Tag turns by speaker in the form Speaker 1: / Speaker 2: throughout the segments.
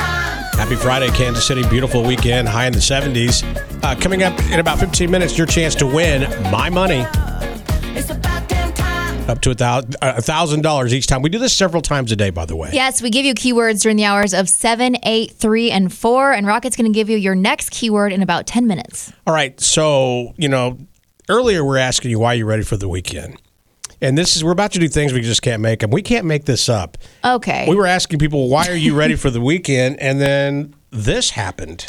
Speaker 1: Happy Friday, Kansas City. Beautiful weekend, high in the 70s. Uh, coming up in about 15 minutes, your chance to win my money up to a thousand dollars each time. We do this several times a day, by the way.
Speaker 2: Yes, we give you keywords during the hours of 7, 8, 3, and 4. And Rocket's going to give you your next keyword in about 10 minutes.
Speaker 1: All right. So, you know, earlier we are asking you why you're ready for the weekend. And this is, we're about to do things we just can't make them. We can't make this up.
Speaker 2: Okay.
Speaker 1: We were asking people, why are you ready for the weekend? And then this happened.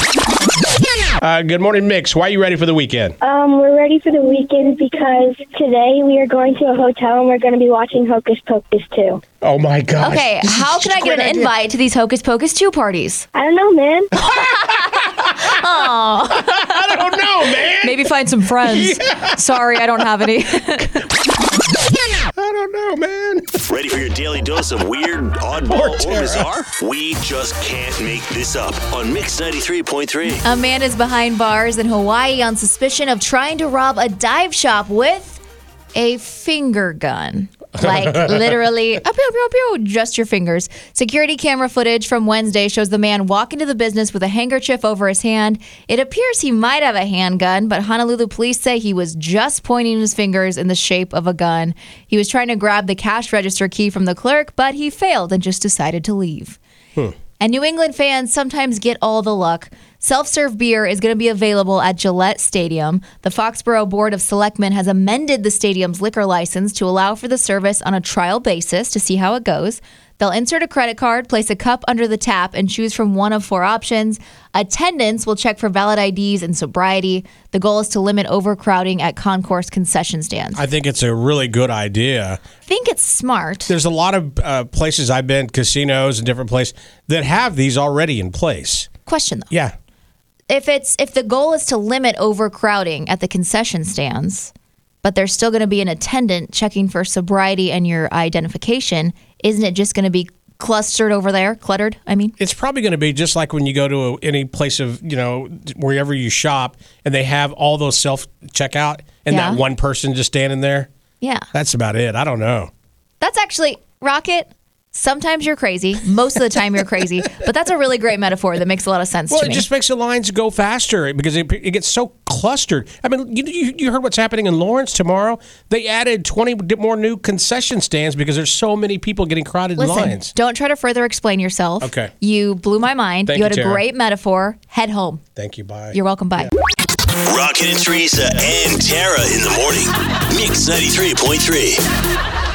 Speaker 1: Uh, good morning, Mix. Why are you ready for the weekend?
Speaker 2: Uh,
Speaker 3: Um, we're ready for the weekend because today we are going to a hotel and we're going to be watching Hocus Pocus 2.
Speaker 1: Oh my gosh.
Speaker 2: okay.
Speaker 1: This is
Speaker 2: How
Speaker 1: such
Speaker 2: can
Speaker 1: a
Speaker 2: I get
Speaker 1: great
Speaker 2: an
Speaker 1: idea.
Speaker 2: invite to these Hocus Pocus 2 parties?
Speaker 3: I don't know, man.
Speaker 1: I don't know, man.
Speaker 4: Maybe find some friends. Sorry, I don't have any.
Speaker 1: I don't know, man.
Speaker 5: Ready for your daily dose of weird,
Speaker 1: Poor
Speaker 5: oddball,
Speaker 1: Tara.
Speaker 5: or bizarre? We just can't make this up on Mix 93.3.
Speaker 2: A man is behind bars in Hawaii on suspicion of trying to rob a dive shop with a finger gun. Like literally, ah, pew, pew, pew, just your fingers. Security camera footage from Wednesday shows the man walk into the business with a handkerchief over his hand. It appears he might have a handgun, but Honolulu police say he was just pointing his fingers in the shape of a gun. He was trying to grab the cash register key from the clerk, but he failed and just decided to leave. And New England fans sometimes get all the luck. Self serve beer is going to be available at Gillette Stadium. The Foxborough Board of Selectmen has amended the stadium's liquor license to allow for the service on a trial basis to see how it goes. They'll insert a credit card, place a cup under the tap, and choose from one of four options. Attendants will check for valid IDs and sobriety. The goal is to limit overcrowding at concourse concession stands. I
Speaker 1: I think it's a really good idea.
Speaker 2: think it's smart.
Speaker 1: There's a lot of uh, places I've been, casinos and different places, that have these already in place.
Speaker 2: Question though.
Speaker 1: Yeah.
Speaker 2: if it's if the goal is to limit overcrowding at the concession stands, but there's still going to be an attendant checking for sobriety and your identification, isn't it just going to be clustered over there, cluttered? I mean,
Speaker 1: It's probably going to be just like when you go to a, any place of, you know, wherever you shop and they have all those self checkout and
Speaker 2: Yeah.
Speaker 1: that one person just standing there.
Speaker 2: yeah.
Speaker 1: That's about it. I don't know.
Speaker 2: That's actually Rocket. Sometimes you're crazy. Most of the time you're crazy, but that's a really great metaphor that makes a lot of sense
Speaker 1: Well,
Speaker 2: to
Speaker 1: it
Speaker 2: me.
Speaker 1: just makes the lines go faster because it, it gets so clustered. I mean, you, you, you heard what's happening in Lawrence tomorrow. They added 20 more new concession stands because there's so many people getting crowded
Speaker 2: Listen,
Speaker 1: in lines.
Speaker 2: don't try to further explain yourself.
Speaker 1: Okay.
Speaker 2: You blew my mind.
Speaker 1: Thank
Speaker 2: you
Speaker 1: you,
Speaker 2: had a
Speaker 1: Tara.
Speaker 2: great metaphor. Head home.
Speaker 1: Thank you. Bye.
Speaker 2: You're welcome. Bye.
Speaker 5: Rocket and Teresa and Tara in the morning. Mix 93.3.